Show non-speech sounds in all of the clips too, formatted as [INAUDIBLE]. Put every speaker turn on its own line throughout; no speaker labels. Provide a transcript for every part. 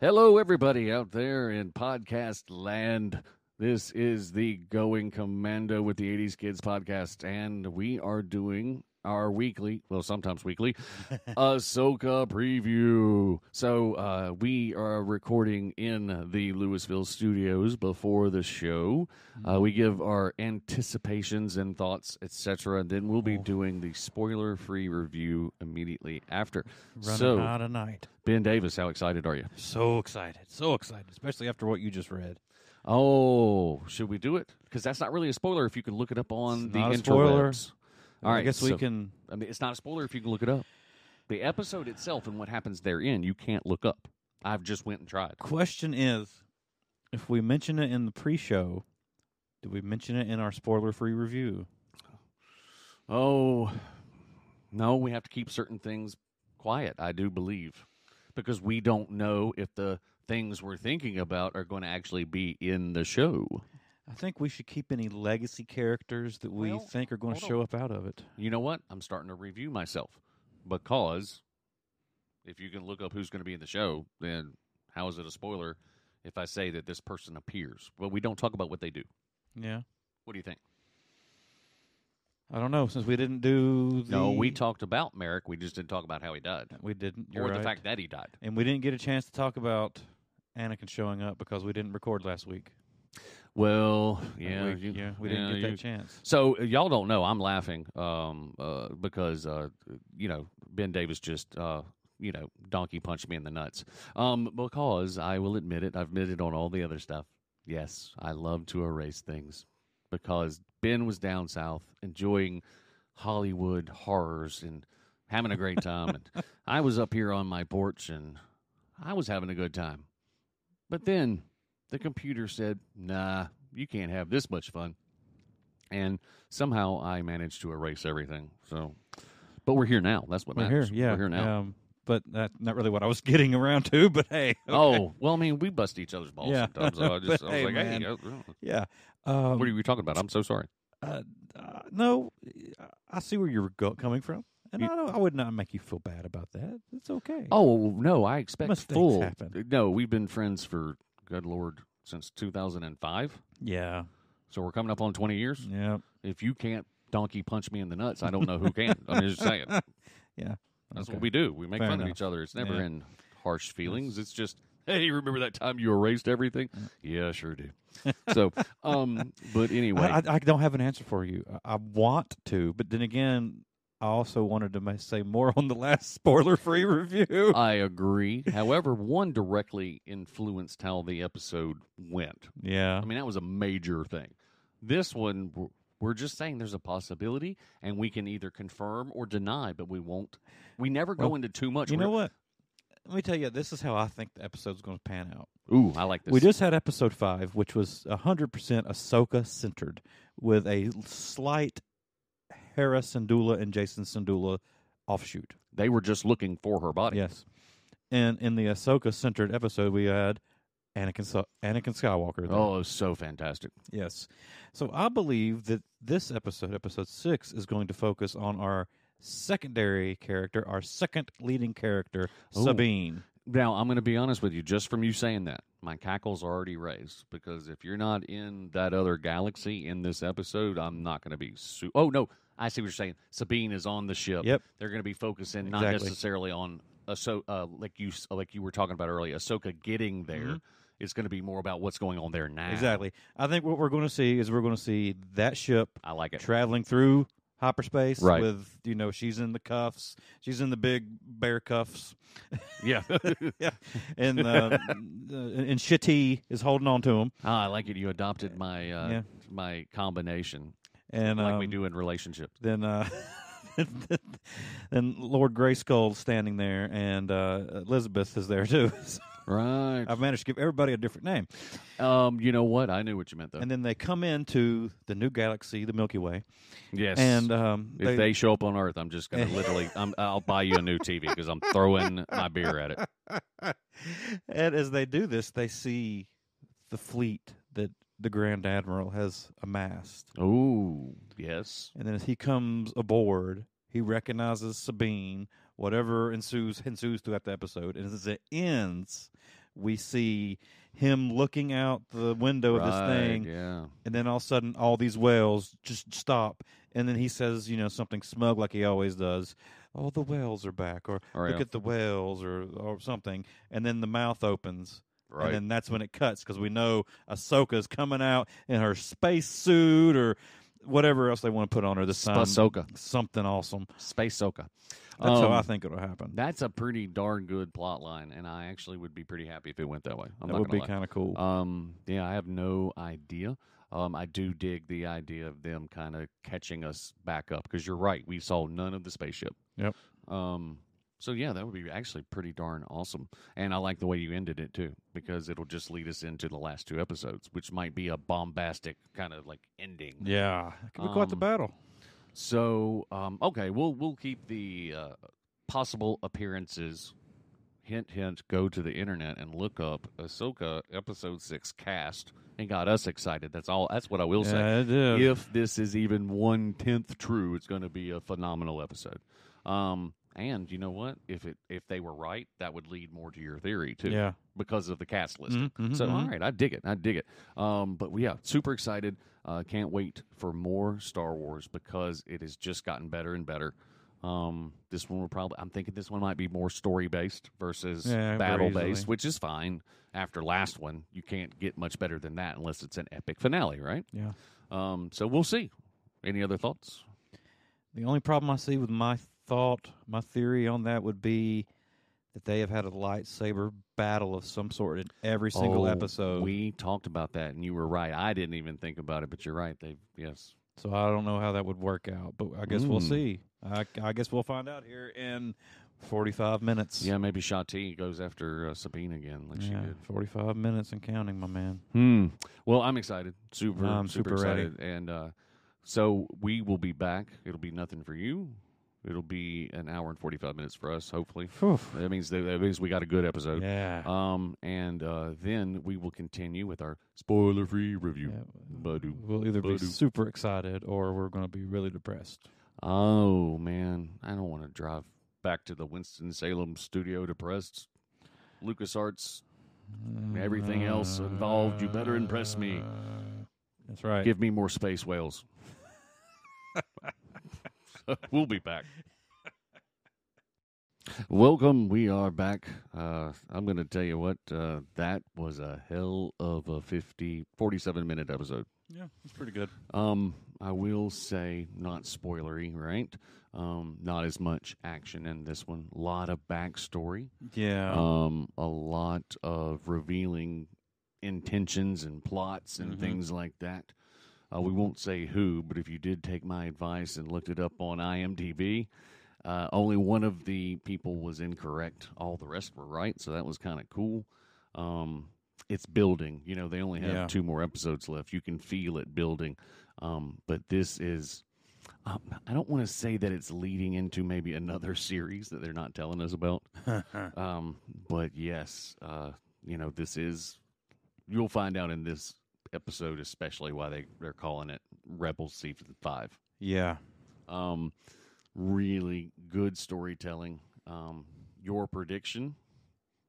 Hello, everybody out there in podcast land. This is the Going Commando with the 80s Kids podcast, and we are doing our weekly, well, sometimes weekly, Ahsoka preview. So uh, we are recording in the Louisville studios before the show. Uh, we give our anticipations and thoughts, etc., and then we'll be doing the spoiler-free review immediately after.
Running
so,
out of night.
Ben Davis, how excited are you?
So excited. So excited, especially after what you just read.
Oh, should we do it? Because that's not really a spoiler if you can look it up on
It's
the
not a
interwebs.
spoiler.
All right,
I guess
so-
we can.
I mean, it's not a spoiler if you can look it up. The episode itself and what happens therein, you can't look up. I've just went and tried.
Question is, if we mention it in the pre-show, did we mention it in our spoiler-free review?
Oh, no, we have to keep certain things quiet, I do believe, because we don't know if the things we're thinking about are going to actually be in the show.
I think we should keep any legacy characters that we
Well,
think are going to
hold
show
on.
up out of it.
You know what? I'm starting to review myself because if you can look up who's going to be in the show, then how is it a spoiler if I say that this person appears? But we don't talk about what they do.
Yeah.
What do you think?
I don't know since we didn't do the
No, we talked about Merrick. We just didn't talk about how he died
we didn't
or
you're
the
right.
fact that he died.
and we didn't get a chance to talk about Anakin showing up because we didn't record last week.
Well,
And
yeah,
we,
you-
yeah, we didn't
yeah,
get that
you-
chance.
So uh, y'all don't know. I'm laughing um, uh, because uh, you know Ben Davis just uh, you know donkey punched me in the nuts. Um, because I will admit it. I've admitted on all the other stuff. Yes, I love to erase things because Ben was down south enjoying Hollywood horrors and having a great time, and I was up here on my porch and I was having a good time. But then the computer said, "Nah, you can't have this much fun." and somehow I managed to erase everything. So, but we're here now. That's what
We're here,
matters.
yeah.
we're here now.
Um, but that's not really what I was [LAUGHS] getting around to. But hey, [LAUGHS]
Oh well, I mean, we bust each other's balls
Yeah.
sometimes. So I just I was
[LAUGHS] Hey,
like,
man.
hey, uh,
yeah. Um,
what are we talking about? I'm so sorry.
uh, uh, no, I see where you're go- coming from, and
You-
I, don't, I would not make you feel bad about that. It's okay.
Oh no, I expect
Mistakes
full.
happen.
No, we've been friends for good lord since 2005.
yeah,
So we're coming up on 20 years.
yeah.
If you can't donkey punch me in the nuts, I don't know who can. I'm just saying. That's
okay.
what we do. We make
Fair
fun of
enough.
each other. It's never
Yeah.
in harsh feelings. It's just, hey, remember that time you erased everything? Yeah, I sure do. [LAUGHS] so, um, but anyway,
[LAUGHS] I, I, I don't have an answer for you. I, I want to, but then again, I also wanted to ma- say more [LAUGHS] on the last spoiler-free review.
[LAUGHS] I agree. However, one directly influenced how the episode went.
yeah,
I mean, that was a major thing. This one, w- we're just saying there's a possibility, and we can either confirm or deny, but we won't. We never go
Well,
into too much.
you know
We're-
what? Let me tell you, this is how I think the episode's going to pan out.
Ooh, I like this.
We just had episode five, which was 100% Ahsoka centered with a slight Hera Syndulla and Jason Syndulla offshoot.
they were just looking for her body.
Yes. And in the Ahsoka centered episode, we had Anakin, Sa- Anakin Skywalker. there.
Oh, it was so fantastic.
Yes. So I believe that this episode, episode six, is going to focus on our secondary character, our second leading character,
Ooh.
Sabine.
Now, I'm going to be honest with you, just from you saying that, my cackles are already raised because if you're not in that other galaxy in this episode, I'm not going to be. Su- oh, no. I see what you're saying. Sabine is on the ship.
Yep.
They're going to be focusing not
Exactly.
necessarily on Ahso- uh, like you s- like you were talking about earlier, Ahsoka getting there. It's going to be more about what's going on there now.
Mm-hmm. Exactly. I think what we're going to see is we're going to see that ship
I like
[LAUGHS]
it.
traveling through hyperspace
Right.
with you know she's in the cuffs she's in the big bear cuffs [LAUGHS]
yeah. [LAUGHS]
yeah and uh, uh, and Shitty is holding on to him
Ah, I like it. You adopted my uh,
Yeah.
my combination
and
like
um,
we do in relationships.
then uh [LAUGHS] then Lord Grayskull standing there and uh Elizabeth is there too [LAUGHS] So
Right.
I've managed to give everybody a different name
Um, you know what? I knew what you meant though.
and then they come into the new galaxy the Milky Way
yes.
and um
If they, show up on Earth, I'm just
[LAUGHS]
gonna literally, I'm, I'll buy you a new TV because I'm throwing my beer at it.
and as they do this, they see the fleet that the Grand Admiral has amassed.
Ooh, yes,
And then as he comes aboard, he recognizes Sabine. Whatever ensues ensues throughout the episode, and as it ends we see him looking out the window of
Right,
this thing,
Yeah.
and then all of a sudden, all these whales just stop. And then he says, you know, something smug like he always does. Oh, the whales are back, or
Or,
look
yeah,
at the whales, or or something. And then the mouth opens,
right.
and then that's when it cuts because we know Ahsoka's coming out in her space suit or whatever else they want to put on her this time.
Spasoka.
Something awesome.
Space Soka.
um, That's how I
Um,
think it'll happen.
That's a pretty darn good plot line, and I actually would be pretty happy if it went that way. I'm
That
not
would
gonna
be
lie.
kind of cool.
Um, yeah, I have no idea. Um, I do dig the idea of them kind of catching us back up because you're right. We saw none of the spaceship.
Yep.
Um, so yeah, that would be actually pretty darn awesome. And I like the way you ended it too because it'll just lead us into the last two episodes, which might be a bombastic kind of like ending.
yeah, it could be quite the
um,
battle.
So um, okay, we'll we'll keep the uh, possible appearances. Hint, hint. Go to the internet and look up Ahsoka episode six cast, and got us excited. That's all. That's what I will say.
Yeah, it is.
If this is even one tenth true, it's going to be a phenomenal episode. Um, and you know what? If it if they were right, that would lead more to your theory too,
Yeah.
because of the cast list.
Mhm, mhm,
So uh,
mhm.
all right, I dig it. I dig it. Um, but yeah, super excited. Uh, can't wait for more Star Wars because it has just gotten better and better. Um, this one will probably. I'm thinking this one might be more story based versus
Yeah, very
battle
easily.
based, which is fine. After last one, you can't get much better than that unless it's an epic finale, right?
Yeah.
Um, so we'll see. Any other thoughts?
The only problem I see with my thought, my theory on that would be that they have had a lightsaber battle of some sort in every single
Oh,
episode.
We talked about that, and you were right. I didn't even think about it, but you're right. They yes,
so I don't know how that would work out, but I guess we'll
Mm.
see. I, I guess we'll find out here in 45 minutes.
yeah. Maybe Shati goes after uh, Sabine again, like she
Yeah,
did.
45 minutes and counting, my man.
Hmm. Well, I'm excited. Super.
I'm
super,
super ready.
excited. And uh, so we will be back. It'll be nothing for you. It'll be an hour and 45 minutes for us. Hopefully, that means that, that means we got a good episode.
Yeah.
Um, and uh, then we will continue with our spoiler-free review.
Yeah.
Badoo.
We'll either be
Badoo.
super excited or we're going to be really depressed.
Oh man, I don't want to drive back to the Winston Salem studio depressed. LucasArts, Everything else involved, you better impress me.
Uh, That's right.
give me more space whales. [LAUGHS] we'll be back. Welcome, we are back. Uh, I'm going to tell you what, uh, that was a hell of a 50, 47 minute episode.
yeah, it's pretty good.
Um, I will say, not spoilery, right? Um, not as much action in this one. A lot of backstory.
Yeah.
um, a lot of revealing intentions and plots and
Mhm.
things like that. Uh, we won't say who, but if you did take my advice and looked it up on IMDb, uh, only one of the people was incorrect. All the rest were right, so that was kind of cool. Um, it's building. You know, they only have
Yeah.
two more episodes left. You can feel it building. Um, but this is. Um, I don't want to say that it's leading into maybe another [LAUGHS] series that they're not telling us about. Um, but yes, uh, you know, this is you'll find out in this episode especially why they, they're calling it Rebel Season Five.
yeah.
Um really good storytelling. Um your prediction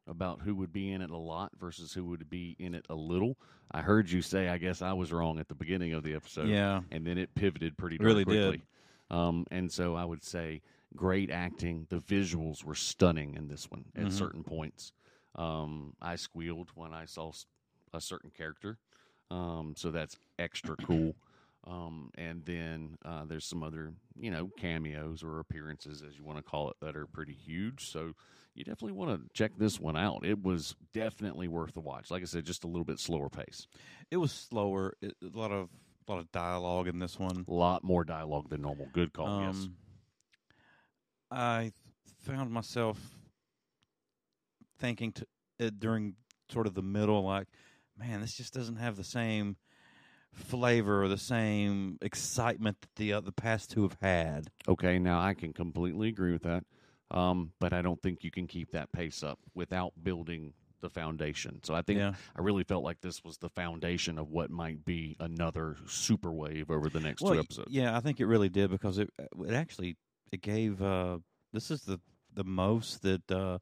about who would be in it a lot versus who would be in it a little. I heard you say I guess I was wrong at the beginning of the episode
yeah.
and then it pivoted pretty
It really
darn
did.
quickly. Um, and so I would say great acting. The visuals were stunning in this one at
Mhm.
certain points. Um, I squealed when I saw s- a certain character, um, so that's
[CLEARS THROAT]
extra cool. Um, and then uh, there's some other, you know, cameos or appearances, as you want to call it, that are pretty huge. So you definitely want to check this one out. It was definitely worth the watch. Like I said, just a little bit slower pace,
It was slower. It, a lot of a lot of dialogue in this one.
a lot more dialogue than normal. Good call, yes.
Um, I found myself thinking to, uh, during sort of the middle, like, man, this just doesn't have the same flavor or the same excitement that the uh, the past two have had.
Okay, now I can completely agree with that, um, but I don't think you can keep that pace up without building the foundation. So I think
yeah,
I really felt like this was the foundation of what might be another super wave over the next two
well,
episodes.
yeah, I think it really did because it it actually it gave uh, this is the the most that uh,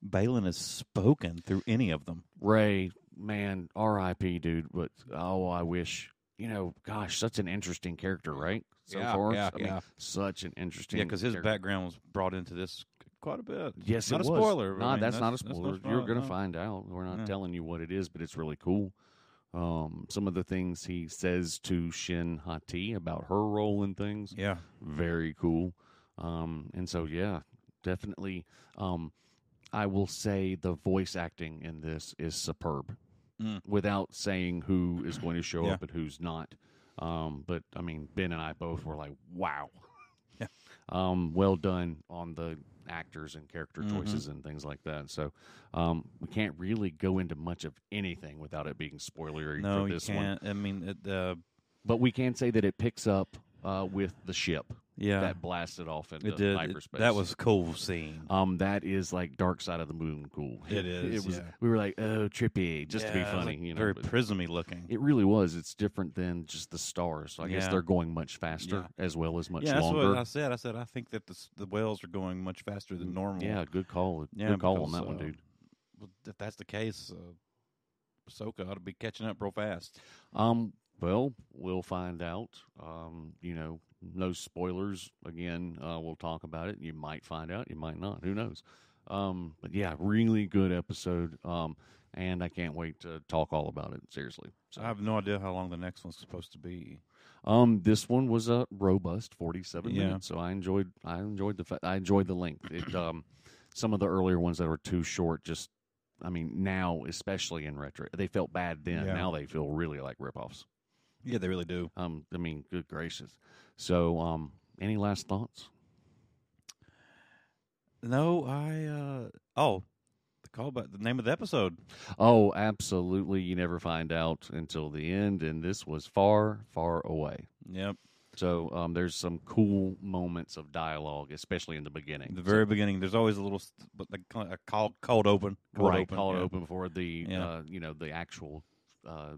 Balin is spoken through any of them.
Ray, man, R.I.P. dude. But oh, I wish you know. Gosh, such an interesting character, right? So
Yeah,
far,
yeah,
I mean,
yeah.
such an interesting.
Yeah, because his
character.
background was brought into this quite a bit.
Yes,
not
it
a
was.
spoiler. I
Nah,
mean,
that's, not a
that's
spoiler. You're gonna
no.
find out. We're not
Yeah.
telling you what it is, but it's really cool. Um, some of the things he says to Shin Hati about her role in things.
Yeah,
very cool. Um, and so yeah, definitely. Um, I will say the voice acting in this is superb,
Mm.
without saying who is going to show
Yeah.
up and who's not. Um, but I mean, Ben and I both were like, "Wow,
Yeah.
[LAUGHS] um, well done on the actors and character
Mhm.
choices and things like that." So um, we can't really go into much of anything without it being spoilery
no,
for
you
this one.
can't. I mean, it, uh,
But we can say that it picks up uh, with the ship
yeah,
that blasted off into
it did. It-
hyperspace.
that was a cool scene.
um, that is like Dark Side of the Moon cool.
It is,
It was.
yeah.
We were like, oh, trippy, just to be
Yeah, it was,
funny,
like,
you know.
very
but
prismy looking.
it really was. It's different than just the stars. So I guess
Yeah.
they're going much faster as well as much
yeah, that's
longer. Mm,
what I said. I said I think that the s- the whales are going much faster than normal.
yeah, good call.
yeah,
good call on
because,
that one,
uh,
dude.
well, If that's the case, uh, Ahsoka ought to be catching up real fast.
Um, well, we'll find out. Um, you know, no spoilers. Again, uh, we'll talk about it. You might find out. You might not. Who knows? Um, but yeah, really good episode. Um, and I can't wait to talk all about it. Seriously. So,
I have no idea how long the next one's supposed to be.
um, this one was a robust forty-seven
Yeah.
minutes. So I enjoyed. I enjoyed the. Fa- I enjoyed the length. It. [CLEARS THROAT] Um, some of the earlier ones that were too short. Just, I mean, now especially in retro, they felt bad then.
Yeah.
Now they feel really like ripoffs.
Yeah, they really do.
Um, I mean, good gracious. So, um, any last thoughts?
No, I. uh Oh, the callback. The name of the episode.
Oh, absolutely. You never find out until the end, and this was far, far away.
Yep.
So, um, there's some cool moments of dialogue, especially in the beginning.
The
So-
very beginning. There's always a little, st- but like kind of a cold, cold open. Cold
right,
open.
call it
yeah.
open for the
Yeah.
uh, you know the actual uh,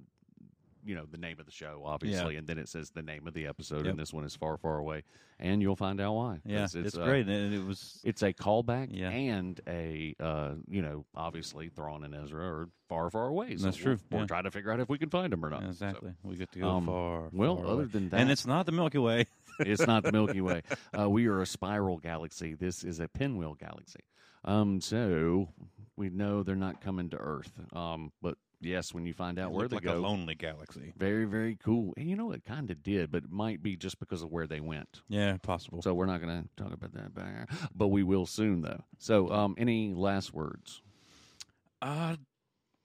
you know the name of the show, obviously, and then it says the name of the episode,
Yep.
and this one is far, far away, and you'll find out why.
Yeah, it's,
uh,
great, and it was.
it's a callback
Yeah.
and a uh, you know obviously Thrawn and Ezra are far far away. So
That's
we'll-
true,
We'll,
yeah.
try to figure out if we can find them or not. So,
exactly. we get to go
um,
far.
well,
far
other
away.
than that,
and it's not the Milky Way.
it's not the Milky
[LAUGHS]
Way. Uh, we are a spiral galaxy. This is a pinwheel galaxy. Um, so we know they're not coming to Earth. Um, but yes, when you find out
It
where
looked
they
like
go,
a lonely galaxy.
very very cool. And you know it kind of did, but it might be just because of where they went.
Yeah, possible.
So we're not going to talk about that, back, but we will soon though. So, um, any last words?
uh,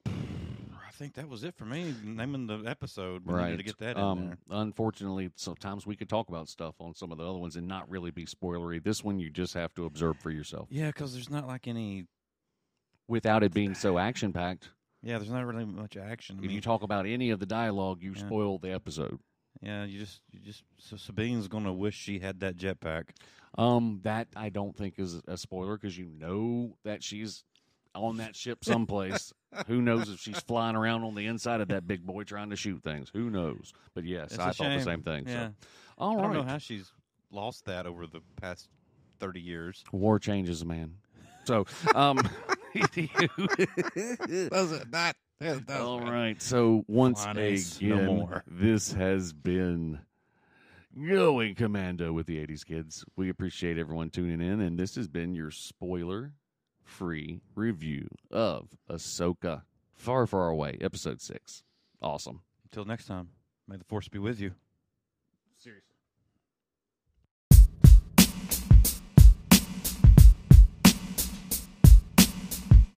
I think that was it for me. Naming the episode. We needed to get that in there.
Um, Unfortunately, sometimes we could talk about stuff on some of the other ones and not really be spoilery. This one you just have to observe for yourself
Yeah, because there's not like any.
without it being so action packed.
Yeah, there's not really much action. I
If you
mean,
talk about any of the dialogue, you
Mm-hmm. Yeah.
spoil the episode.
yeah, you just, you just. So Sabine's gonna wish she had that jetpack.
Um, that I don't think is a spoiler because you know that she's on that
[LAUGHS]
ship someplace. Who knows if she's flying around on the inside of that big boy trying to shoot things? Who knows? But yes,
It's a
I thought the
shame.
same thing.
Yeah,
So. All
I don't know
right.
how she's lost that over the past thirty years.
War changes, man. So, um, [LAUGHS]
[LAUGHS] Does it not? It does
All right. So once
Finance,
again,
no more.
this has been going commando with the '80s kids. We appreciate everyone tuning in, and this has been your spoiler-free review of Ahsoka: Far, Far Away, Episode Six. Awesome.
Until next time, may the force be with you.
Seriously.